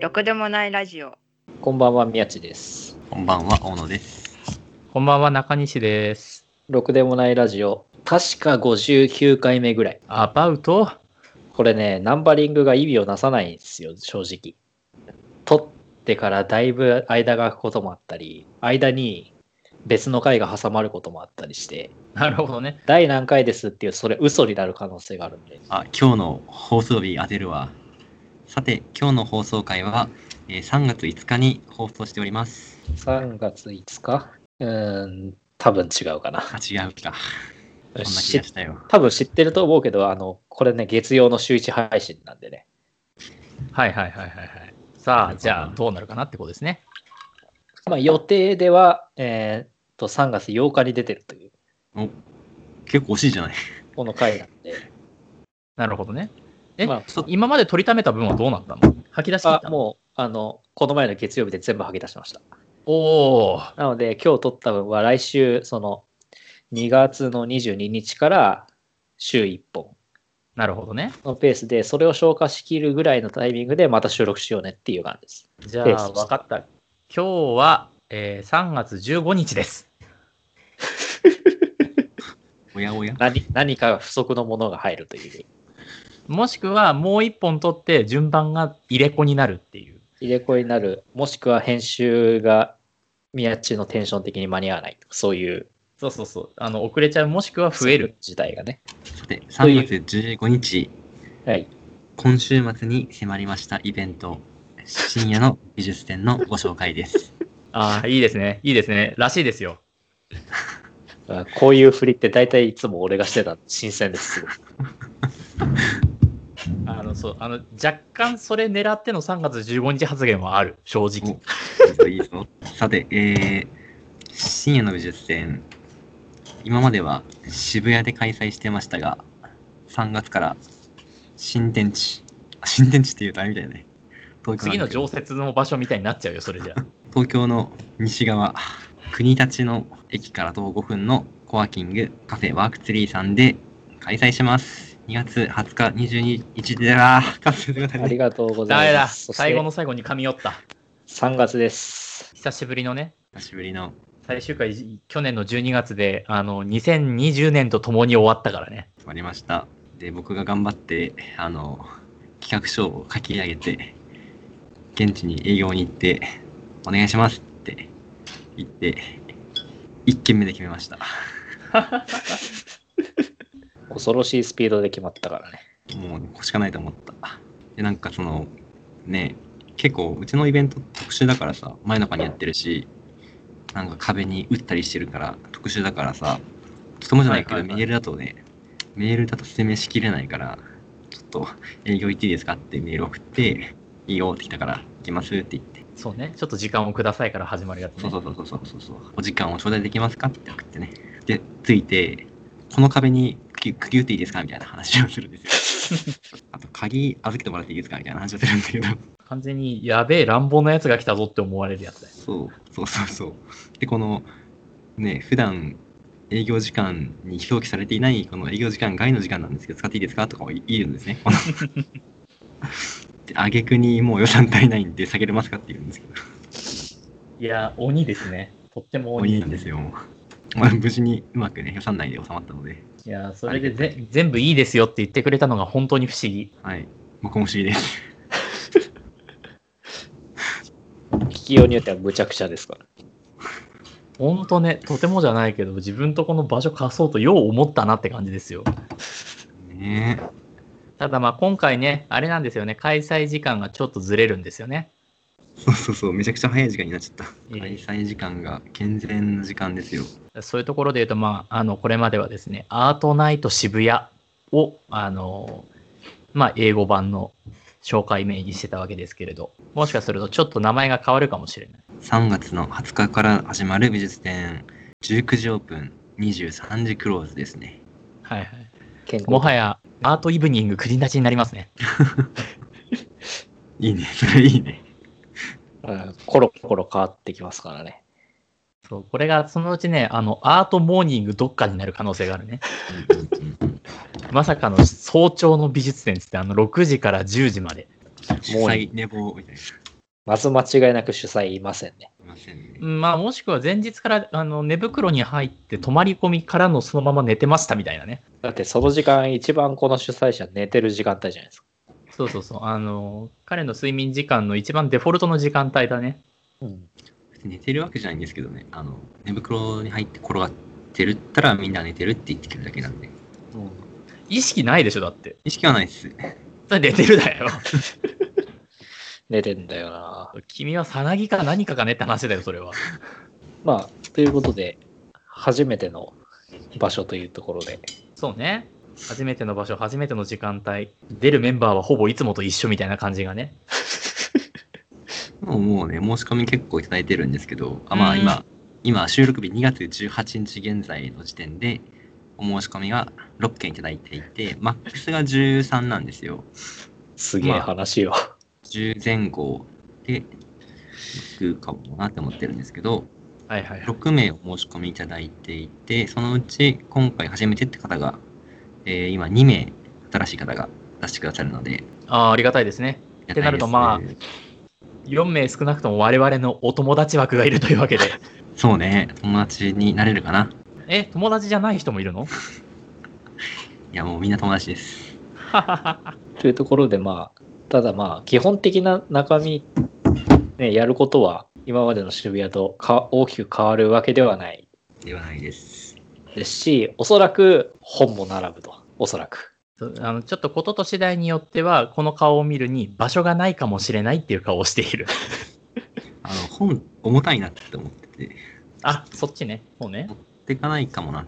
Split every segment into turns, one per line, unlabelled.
ろくでもないラジオ。
こんばんは、宮地です。
こんばんは、大野です。
こんばんは、中西です。
ろくでもないラジオ。確か59回目ぐらい。
アバウト
これね、ナンバリングが意味をなさないんですよ、正直。撮ってからだいぶ間が空くこともあったり、間に別の回が挟まることもあったりして、
なるほどね。
第何回ですっていう、それ嘘になる可能性があるんで。
あ、今日の放送日当てるわ。さて、今日の放送回は、えー3月5日に放送しております。
3月5日うーん、多分違うかな。
あ、違うか。そんな気
し
がしたよ。
多分知ってると思うけど、あの、これね、月曜の週1配信なんでね。
はいはいはいはいはい。さあ、じゃあどうなるかなってことですね。
まあ、予定では、えーっと3月8日に出てるという
結構惜しいじゃない。
この回なんで、
なるほどね。え
ま
ちょっと
今まで取りためた分はどうなったの吐き出し切っ
あ、
た
あ
の
もうあのこの前の月曜日で全部吐き出しました
おー
なので今日撮った分は来週その2月の22日から週1本
なるほどね。
のペースでそれを消化しきるぐらいのタイミングでまた収録しようねっていう感じです
じゃ
ペース
あ、わかった。今日は、えー3月15日です。
おやおや。
何何か不足のものが入るという
もしくはもう1本取って順番が入れ子になるっていう。
入れ子になるもしくは編集が宮地のテンション的に間に合わないそういう
そうそうそう。あの、遅れちゃう、もしくは増える。
事態がね
さて、3月15日、
はい
今週末に迫りましたイベント、深夜の美術展のご紹介です。
ああ、いいですね。いいですね。らしいですよ。
あこういう振りって大体いつも俺がしてた新鮮です。す ごい
あの、そう、あの、若干それ狙っての3月15日発言はある、正直。
いいぞいいぞさて、えー、深夜の美術展、今までは渋谷で開催してましたが、3月から新天地、あ新天地っていうとあれみたいだね。東京
次
な
の
んだけど
常設の場所みたいになっちゃうよ、それじゃ。
東京の西側、国立の駅から徒歩5分のコワーキングカフェワークツリーさんで開催します。2月20日22日でだー。カフェ
ありがとうご
ダ
ざ
メ
いま
だ、
す。そして
最後の最後に噛み寄った。
3月です。
久しぶりのね、
久しぶりの、
最終回、去年の12月で、あの、2020年と共に終わったからね。
終わりました。で、僕が頑張って、あの、企画書を書き上げて、現地に営業に行って、お願いしますって言って、1件目で決めました。
恐ろしいスピードで決まったからね。
もうここしかないと思った。で、なんかその、ね、結構うちのイベント特殊だからさ、真夜中にやってるし、なんか壁に打ったりしてるから、特殊だからさ、とてもじゃないけど、
はいはいはい
メールだとね、メールだと説明しきれないから、ちょっと営業行っていいですかってメール送って、いいよって来たから、行きますって言って、
そうね、ちょっと時間をくださいから始まるやつ、
そ
ね。
うそうそうそうそうそうそう、お時間を頂戴できますかって送ってね。で、着いて、この壁に釘釘打っていいですかみたいな話をするんですよ。 あと、鍵預けてもらっていいですかみたいな話をするんだけど。
完全に、やべえ、乱暴なやつが来たぞって思われるやつだよ。
そう、そうそうそう。で、この、ね、普段営業時間に表記されていない、この営業時間外の時間なんですけど、使っていいですかとかを言うんです ね。こので、あげくにもう予算足りないんで、下げれますかって言うんですけど。
いや、鬼ですね。とっても
もう
鬼。
いいんですよ。まあ、無事にうまくね、予算内で収まったので。
いや、それでぜ全部いいですよって言ってくれたのが本当に不思議。
はい。僕も不思議です。
聞きようによっては無茶苦茶ですから。
ほんとね、とてもじゃないけど、自分とこの場所貸そうとよう思ったなって感じですよ。
ね
ただまあ今回ね、あれなんですよね、開催時間がちょっとずれるんですよね。
え。そうそうそう、めちゃくちゃ早い時間になっちゃった。
え
開催時間が健全な時間ですよ。
そういうところで言うと、まあ、あの、これまではですね、アートナイト渋谷を、あの、まあ英語版の紹介名にしてたわけですけれど、もしかするとちょっと名前が変わるかもしれない。
3月の20日から始まる美術展、19時オープン、23時クローズですね。
はいはい。
健康
もはや、アートイブニング繰り立ちになりますね。
いいね、それいいね。
うんコロコロ変わってきますからね。
そう、これがそのうちね、あの、アートモーニングどっかになる可能性があるね。まさかの早朝の美術展っつって、あの、6時から10時まで。
主催寝坊みたいな。
まず間違いなく主催いませんね。
いませんね。
まあ、もしくは前日からあの寝袋に入って泊まり込みからのそのまま寝てましたみたいなね。
だってその時間一番この主催者寝てる時間帯じゃないですか。
そうそうそう。あの、彼の睡眠時間の一番デフォルトの時間帯だね。
うん。
別に寝てるわけじゃないんですけどね、あの、寝袋に入って転がってるったらみんな寝てるって言ってくるだけなんで。
意識ないでしょ、だって。
意識はないです。
それ寝てるだよ。
寝てんだよな。
君はさなぎか何かかねって話だよ、それは。
まあ、ということで、初めての場所というところで。
そうね。初めての場所、初めての時間帯。出るメンバーはほぼいつもと一緒みたいな感じがね。
もうもうね、申し込み結構いただいてるんですけど、あまあ
うん
今、今収録日2月18日現在の時点で、お申し込みが6件いただいていて、マックスが13なんですよ。
すげえ話よ。
10前後で、行くかもなって思ってるんですけど、
はいはいはい。
6名お申し込みいただいていて、そのうち今回初めてって方が、えー今2名新しい方が出してくださるので、
ああ、ありがたいですね。ってなるとまあ
ありがたいです、
4名少なくとも我々のお友達枠がいるというわけで。
そうね、友達になれるかな。
え、友達じゃない人もいるの
いや、もうみんな友達です。
というところで、まあ、ただまあ、基本的な中身、ね、やることは今までの渋谷とか大きく変わるわけではない
ではないです。
ですし、おそらく本も並ぶと。おそらく。
そうあのちょっとことと次第によっては、この顔を見るに場所がないかもしれないっていう顔をしている。
あの、本、重たいなって思ってて、
あ、そっちね。もうね。
でかないかもな。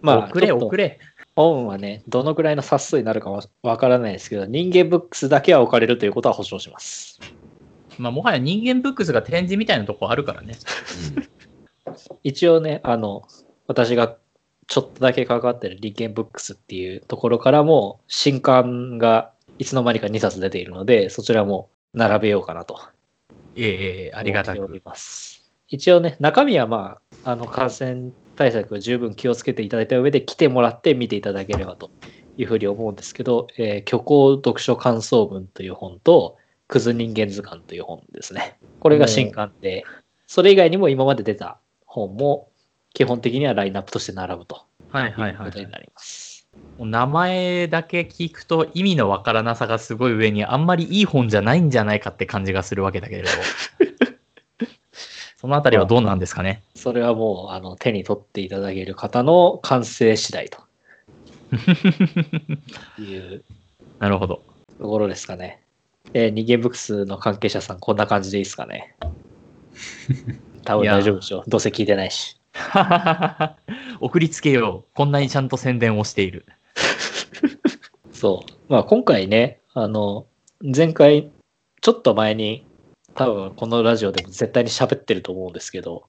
まあ、
遅れ
ちょっと
遅れ。
本はね、どのくらいの冊数になるかわわからないですけど、人間ブックスだけは置かれるということは保証します。
まあ、もはや人間ブックスが展示みたいなとこあるからね。
うん。
一応ね、あの、私がちょっとだけ関わってる人間ブックスっていうところからも、新刊がいつの間にか2冊出ているので、そちらも並べようかなと。
ええええありがた
思ってお
く
り。ます。一応ね、中身はまあ、あの感染対策を十分気をつけていただいた上で来てもらって見ていただければというふうに思うんですけど、えー虚構読書感想文という本と、クズ人間図鑑という本ですね。これが新刊で、それ以外にも今まで出た本も基本的にはラインナップとして並ぶと
はい
い
はいうは
こ
い
と。になります。
もう名前だけ聞くと意味のわからなさがすごい上にあんまりいい本じゃないんじゃないかって感じがするわけだけれど そのあたりはどうなんですかね
それはもうあの手に取っていただける方の完成次第 という
なるほど
ところですかね。えー、人間ブックスの関係者さん、こんな感じでいいですかね。多分大丈夫でしょう。どうせ聞いてないし。
送りつけようこんなにちゃんと宣伝をしている
そう。まあ今回ね、あの、前回、ちょっと前に、多分このラジオでも絶対に喋ってると思うんですけど、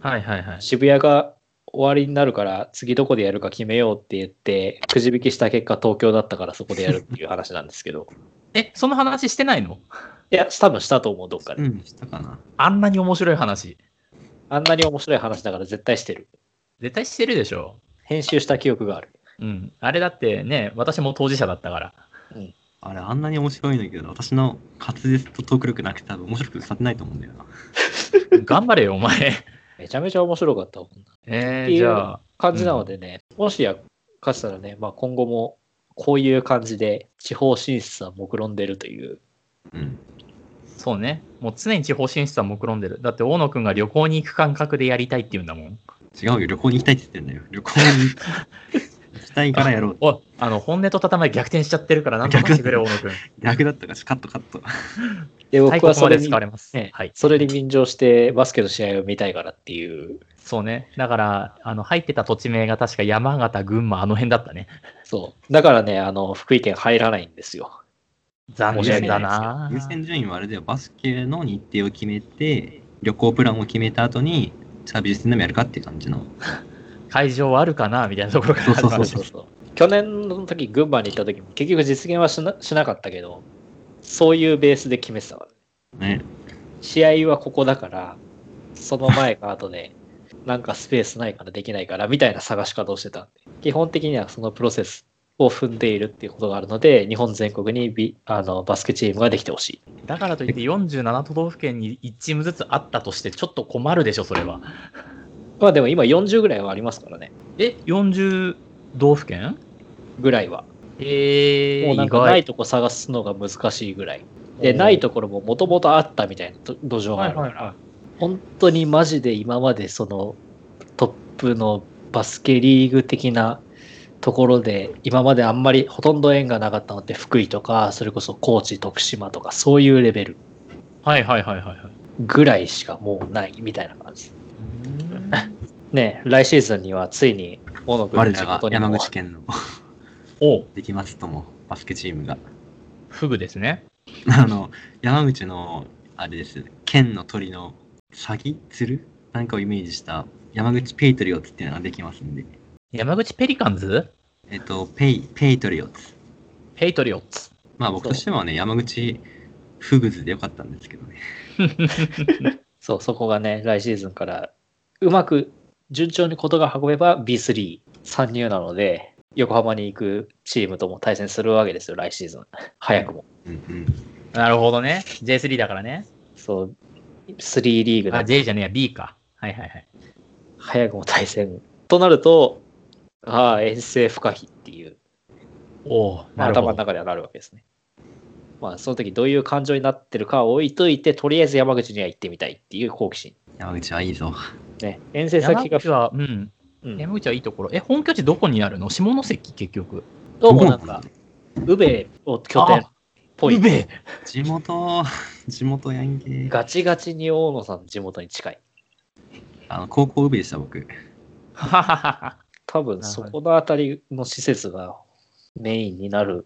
はいはいはい
渋谷が終わりになるから次どこでやるか決めようって言って、くじ引きした結果東京だったからそこでやるっていう話なんですけど、
えその話してないの
いや、多分したと思う、どっか で。
うん、したかな。
あんなに面白い話
あんなに面白い話だから絶対してる。
絶対してるでしょ
編集した記憶がある。
うんあれだってね私も当事者だったから
あれ、あんなに面白いんだけど、私の滑舌とトーク力なくて多分面白く伝わってないと思うんだよな。
頑張れよお前
めちゃめちゃ面白かったもんな
え
ってい
ー、
う
じゃあ
感じなのでね、もしやかしたらね、まあ、今後もこういう感じで地方進出は目論んでるという、
うん。
そうね。もう常に地方進出は目論んでる。だって、大野くんが旅行に行く感覚でやりたいって言うんだもん。
違うよ、旅行に行きたいって言ってんだよ。旅行に行きたいからや ろう。
おいあの、本音と建前逆転しちゃってるから、なんとかしてくれ、大野くん。
逆だったから、カットカット。
で僕
最高
は
ま
そ
で
れに
使わ、れます。
ね
はい。
それに便乗してバスケの試合を見たいからっていう、
そうね。だから、あの、入ってた土地名が確か山形、群馬、あの辺だったね。
そう、だからね、あの福井県入らないんですよ。
残念だな
優先順位はあれだよ、バスケの日程を決めて、旅行プランを決めた後に、じゃあ美術展でもやるかっていう感じの。
会場はあるかなみたいなところから始
そうそ
ま
そうう
る。
そうそう 去年の時群馬に行った時も結局実現はしなしなかったけど、そういうベースで決めてたから、
ね。
試合はここだから、その前か後で、なんかスペースないからできないからみたいな探し方をしてたんで、基本的にはそのプロセスを踏んでいるっていうことがあるので、日本全国にビあのバスケチームができてほしい。
だからといって47都道府県に1チームずつあったとしてちょっと困るでしょそれは
まあでも今40ぐらいはありますからね。
え40道府県
ぐらいは。
え
もう
ー、
な
意
んかない
外
とこ探すのが難しいぐらい。で、ないところももともとあったみたいな土土壌があ
はい
るから、
はいは
本当にマジで今までそのトップのバスケリーグ的なところで今まであんまりほとんど縁がなかったのって福井とかそれこそ高知徳島とかそういうレベル
いはいはいはいはいはい
ぐらいしかもうないみたいな感じねえ来シーズンにはついに大野君
我
の
ら
地
が
元に
山
も
口県の
お
できますともバスケチームが
フグですね
あの山口のあれです県の鳥のサギ鶴なんかをイメージした山口ペイトリオッツっていうのができますんで
山口ペリカンズ
えっとペイペイトリオッツ
ペイトリオッツ
まあ僕としてはね山口フグズでよかったんですけどね
そうそこがね来シーズンからうまく順調にことが運べば B3 参入なので横浜に行くチームとも対戦するわけですよ来シーズン早くも
うんうん
なるほどね J3 だからね
そう、3リーグ
あ
で
J じゃねえや B かはいはいはい
早くも対戦。となると、ああ、遠征不可避っていう、
おお
まあ
なる
頭
ほ
の
ど
中ではなるわけですね。まあ、その時どういう感情になってるかは置いといて、とりあえず山口には行ってみたいっていう好奇心。
山口はいいぞ
ね、遠征
山
先が、
口はうん
うん、
山口はいいところえ本拠地どこにあるの下関結局
どうもなんか、宇部を拠点っぽい。
べ
地元 地元ヤンゲー
ガチガチに大野さんの地元に近い。
あの高校ウベでした僕
はははは
多分そこのあたりの施設がメインになる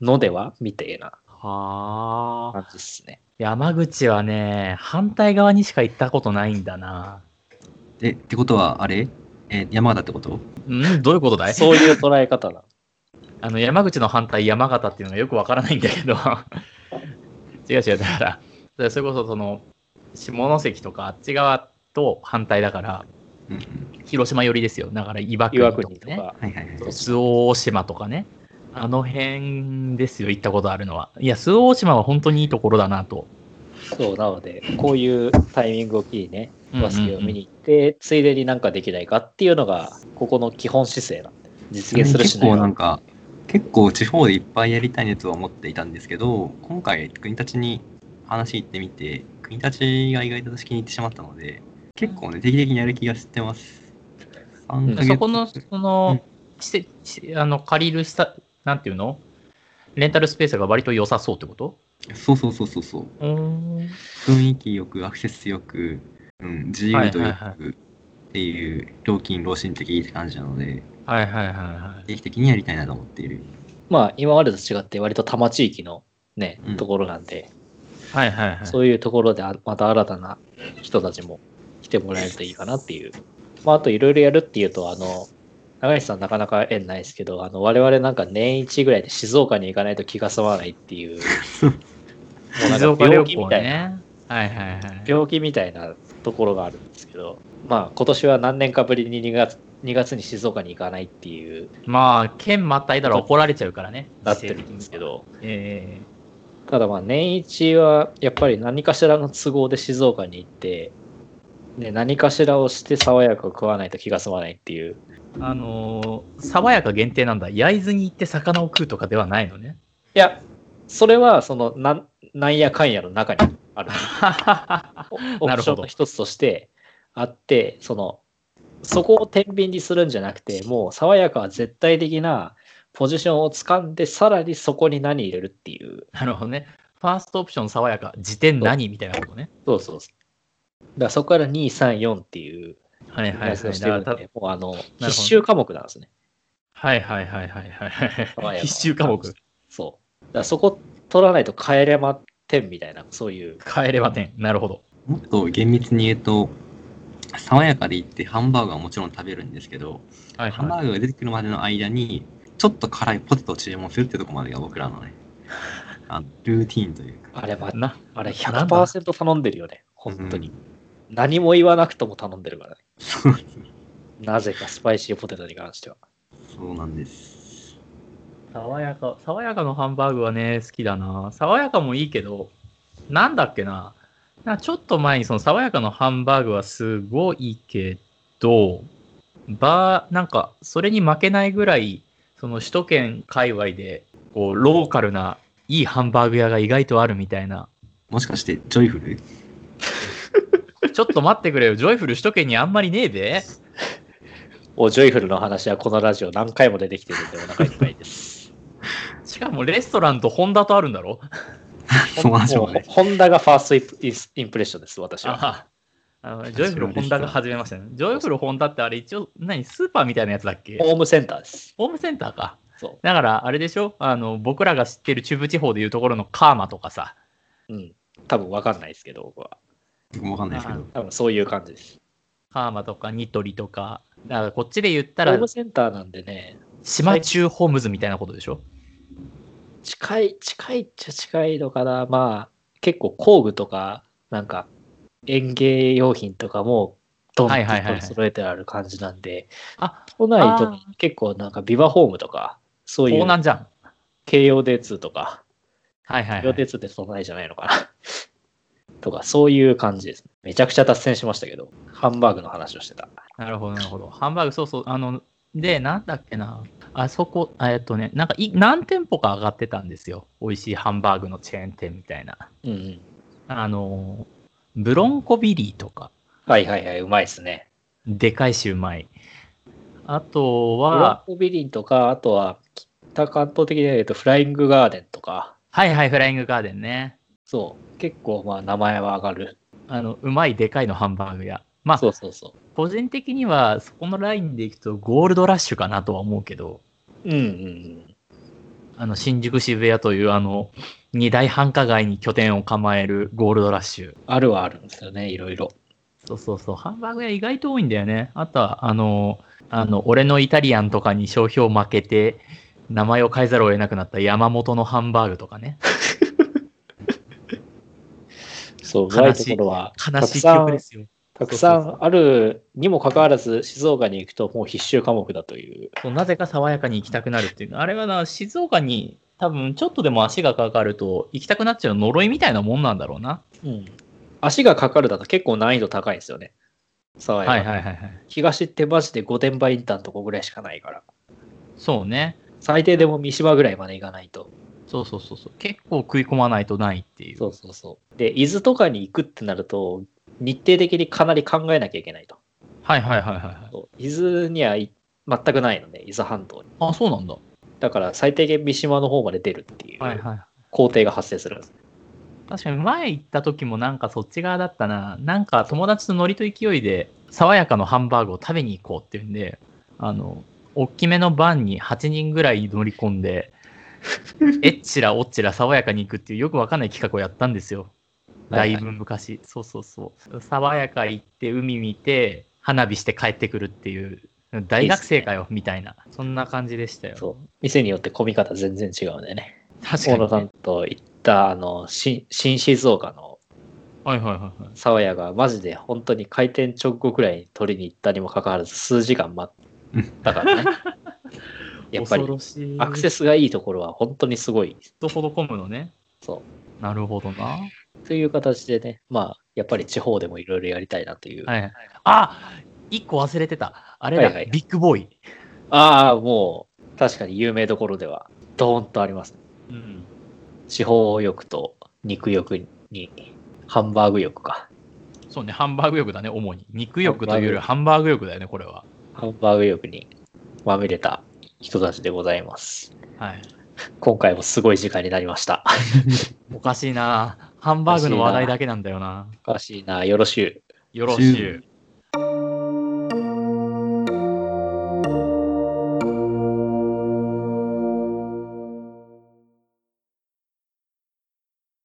のではみたいな
はあ。
感じですね。
山口はね、反対側にしか行ったことないんだな。
えってことはあれえー山形ってこと
うんどういうことだい
そういう捉え方なの
あの山口の反対、山形っていうのがよくわからないんだけど。 違う違う、だから、それこそその、下関とかあっち側と反対だから、
うんうん
広島寄りですよ。だから 岩国
岩
とか
国と
ね。
か、
はいはいはい
周防大島とかね。あの辺ですよ、行ったことあるのは。いや、周防大島は本当にいいところだなと。
そうなので、こういうタイミングを機にね、
うんうんう
バ
ん
スケを見に行って、ついでになんかできないかっていうのが、ここの基本姿勢なんで、実現するし
結
ない
構
は
なんか結構地方でいっぱいやりたいねとは思っていたんですけど今回国立に話行ってみて国立が意外と私気に入ってしまったので結構ね定期的にやる気がしてます3ヶ月
そこの、その、施設あの借りるした、なんていうのレンタルスペースが割と良さそうってこと
そうそうそうそうそう
うーん。
雰囲気よくアクセスよく、うん、自由度
はい
よ
はいは
くっていう料金労心的って感じなので
はいはいはいはい。
定期的にやりたいなと思っている
まあ、今までと違って、割と多摩地域のね
う、ん
ところなんで、
はいはいはい。
そういうところで、あまた新たな人たちも来てもらえるといいかなっていう。まあ、あと、いろいろやるっていうと、あの、長西さんなかなか縁ないですけど、あの、我々なんか年一ぐらいで静岡に行かないと気が済まないって いう、もうなん
静
か
岡
病
旅
気み
行
たいな。
ね。はいはいはい。
病気みたいなところがあるんですけど、まあ、今年は何年かぶりに2月 ,2 月に静岡に行かないっていう
まあ、県またいだら怒られちゃうからね。
なってるんですけ。ど
え
ただまあ年一はやっぱり何かしらの都合で静岡に行って、ね、何かしらをして爽やかを食わないと気が済まないっていう
えあのー爽やか限定なんだ。焼津に行って魚を食うとかではない のね。
いやそれはそのなんなんやかんやの中にあるオ
な
プ
る
ショ
ほ
ン
ど
の一つとしてあって、その、そこを天秤にするんじゃなくて、もう爽やかは絶対的なポジションを掴んで、さらにそこに何入れるっていう。
なるほどね。ファーストオプション爽やか。時点何みたいなことね。
そうそうそう。だからそこから2、3、4っていう
はいはいはい。
やつをしてる
だから
ので、もうあの、
ど
必修科目なんですね。
はいはいはいはい
爽
は
や
い。
か
必修科目。
そう。だからそこ取らないと帰れま点みたいな、そういう。
帰れば点。なるほど。
もっと厳密に言うと爽やかで行ってハンバーガーはもちろん食べるんですけど、
はい
ハンバーガーが出てくるまでの間にちょっと辛いポテトを注文するってとこまでが僕らのねあのルーティーンというか
あれ、ま、
な
あれ
なんだ
100%頼んでるよね。本当に。
うん
何も言わなくとも頼んでるからね。
そうですね
なぜかスパイシーポテトに関しては。
そうなんです
爽やか、爽やかのハンバーグはね、好きだな。爽やかもいいけど、なんだっけな。なんかちょっと前にその爽やかのハンバーグはすごいけど、バー、なんか、それに負けないぐらい、その首都圏界隈で、こう、ローカルないいハンバーグ屋が意外とあるみたいな。
もしかして、ジョイフル
ちょっと待ってくれよ。ジョイフル首都圏にあんまりねえで。
おジョイフルの話はこのラジオ何回も出てきてるんでお腹いっぱいです。
しかもレストランとホンダとあるんだろ
その話もね
うホンダがファーストインプインスインプレッションです、私は。
あああのジョイフルホンダが始めましたね。ジョイフルホンダってあれ一応、何、スーパーみたいなやつだっけ
ホームセンターです。
ホームセンターか。
そ
だから、あれでしょあの、僕らが知ってる中部地方でいうところのカーマとかさ。
う。うん。多分わかんないですけど、僕は。
僕もわかんないですけど。
多分そういう感じです。
カーマとかニトリとか。だからこっちで言った
ホー
ら
ム、センターなんでね、
島中ホームズみたいなことでしょ
近い、近いっちゃ近いのかな。まあ、結構工具とか、なんか、園芸用品とかも、どんど
は
ん
い
ど
はいはいはい
ん揃えてある感じなんで、
あ
都内と
あ
か結構なんかビバホームとか、そうい
港
う
南じゃん。
京葉電通とか、
はいはい、
京
は
葉電。
い
通ってそんなにじゃない のかな。とか、そういう感じですね。めちゃくちゃ脱線しましたけど、ハンバーグの話をしてた。
なるほど、なるほど。ハンバーグ、そうそう。あの、で、なんだっけな。あそこ、あえっとね、なんかい、何店舗か上がってたんですよ。美味しいハンバーグのチェーン店みたいな。
うんうん。
あの、ブロンコビリーとか、
はいはいはい、うまいですね。
でかいしうまい。あと
ブラ
は、
ンコビリンとか、あとは、北関東的に言うと、フライングガーデンとか、
はいはい、フライングガーデンね。
そう、結構、まあ、名前は上がる。
あの、うまいでかいのハンバーグ屋。まあ、
そうそうそ
個人的には、そこのラインでいくと、ゴールドラッシュかなとは思うけど、
う。うんうんうん。
あの、新宿渋谷という、あの、二大繁華街に拠点を構えるゴールドラッシュ。
あるはあるんですよね、いろいろ。
そうそうそう、ハンバーグ屋意外と多いんだよね。あとは、あの、あの、俺のイタリアンとかに商標負けて、名前を変えざるを得なくなった山本のハンバーグとかね。
そう、
悲
うまい
し
と
い
ころは、
悲
たく
しい記
さ
憶で
ん、
すよ。
たくさんあるにもかかわらず、静岡に行くと、もう必修科目だという。
そうなぜか爽やかに行きたくなるっていうのあれはな、静岡に多分ちょっとでも足がかかると行きたくなっちゃう呪いみたいなもんなんだろうな。
うん。足がかかるだと結構難易度高いんですよね。爽やか。
はいはいはいはい。
東ってマジで御殿場インターのとこぐらいしかないから。
そうね。
最低でも三島ぐらいまで行かないと。
そうそうそうそう。結構食い込まないとないっていう。
そうそうそう。で、伊豆とかに行くってなると、日程的にかなり考えなきゃいけないと。
はいはいはいはいはい。
そう伊豆にはい全くないので、伊豆半島に。
あ、そうなんだ。
だから最低限三島の方まで出るっていう
はいはい。
工程が発生するんです。
確かに前行った時もなんかそっち側だったな。なんか友達とノリと勢いで、爽やかのハンバーグを食べに行こうっていうんで、あの、大きめのバンに8人ぐらい乗り込 んで、えっちらおっちら爽やかに行くっていうよくわかんない企画をやったんですよ。だいぶ昔。そうそうそう。爽やか行って海見て、花火して帰ってくるっていう、大学生かよ、みたいな。そんな感じでしたよ。
そう。店によって混み方全然違うんでね。
確か
大
にね、
野さんと行った、あの、新新静岡の
はいはいはいはい。
沢屋がマジで本当に開店直後くらいに取りに行ったにもかかわらず数時間待ったから ね。やっぱり
恐ろしい
アクセ
ス
スがいいところは本当にすごい。
と施むのね。
そ
なるほどな。
う。という形でね、まあ、やっぱり地方でもいろいろやりたいなという。
はい。あ一個忘れてた。あれだ、
はいはい
ビッグボーイ。
ああ、もう、確かに有名どころでは、ドーンとありますね。
うん。
地方欲と肉欲に、ハンバーグ欲か。
そうね、ハンバーグ欲だね、主に。肉欲というよりはハンバーグ欲だよね、これは。
ハンバーグ欲にまみれた人たちでございます。
はい。
今回もすごい時間になりました。
おかしいな。ハンバーグの話題だけなんだよな。
おかしいな、よろしゅう。
よろしゅう。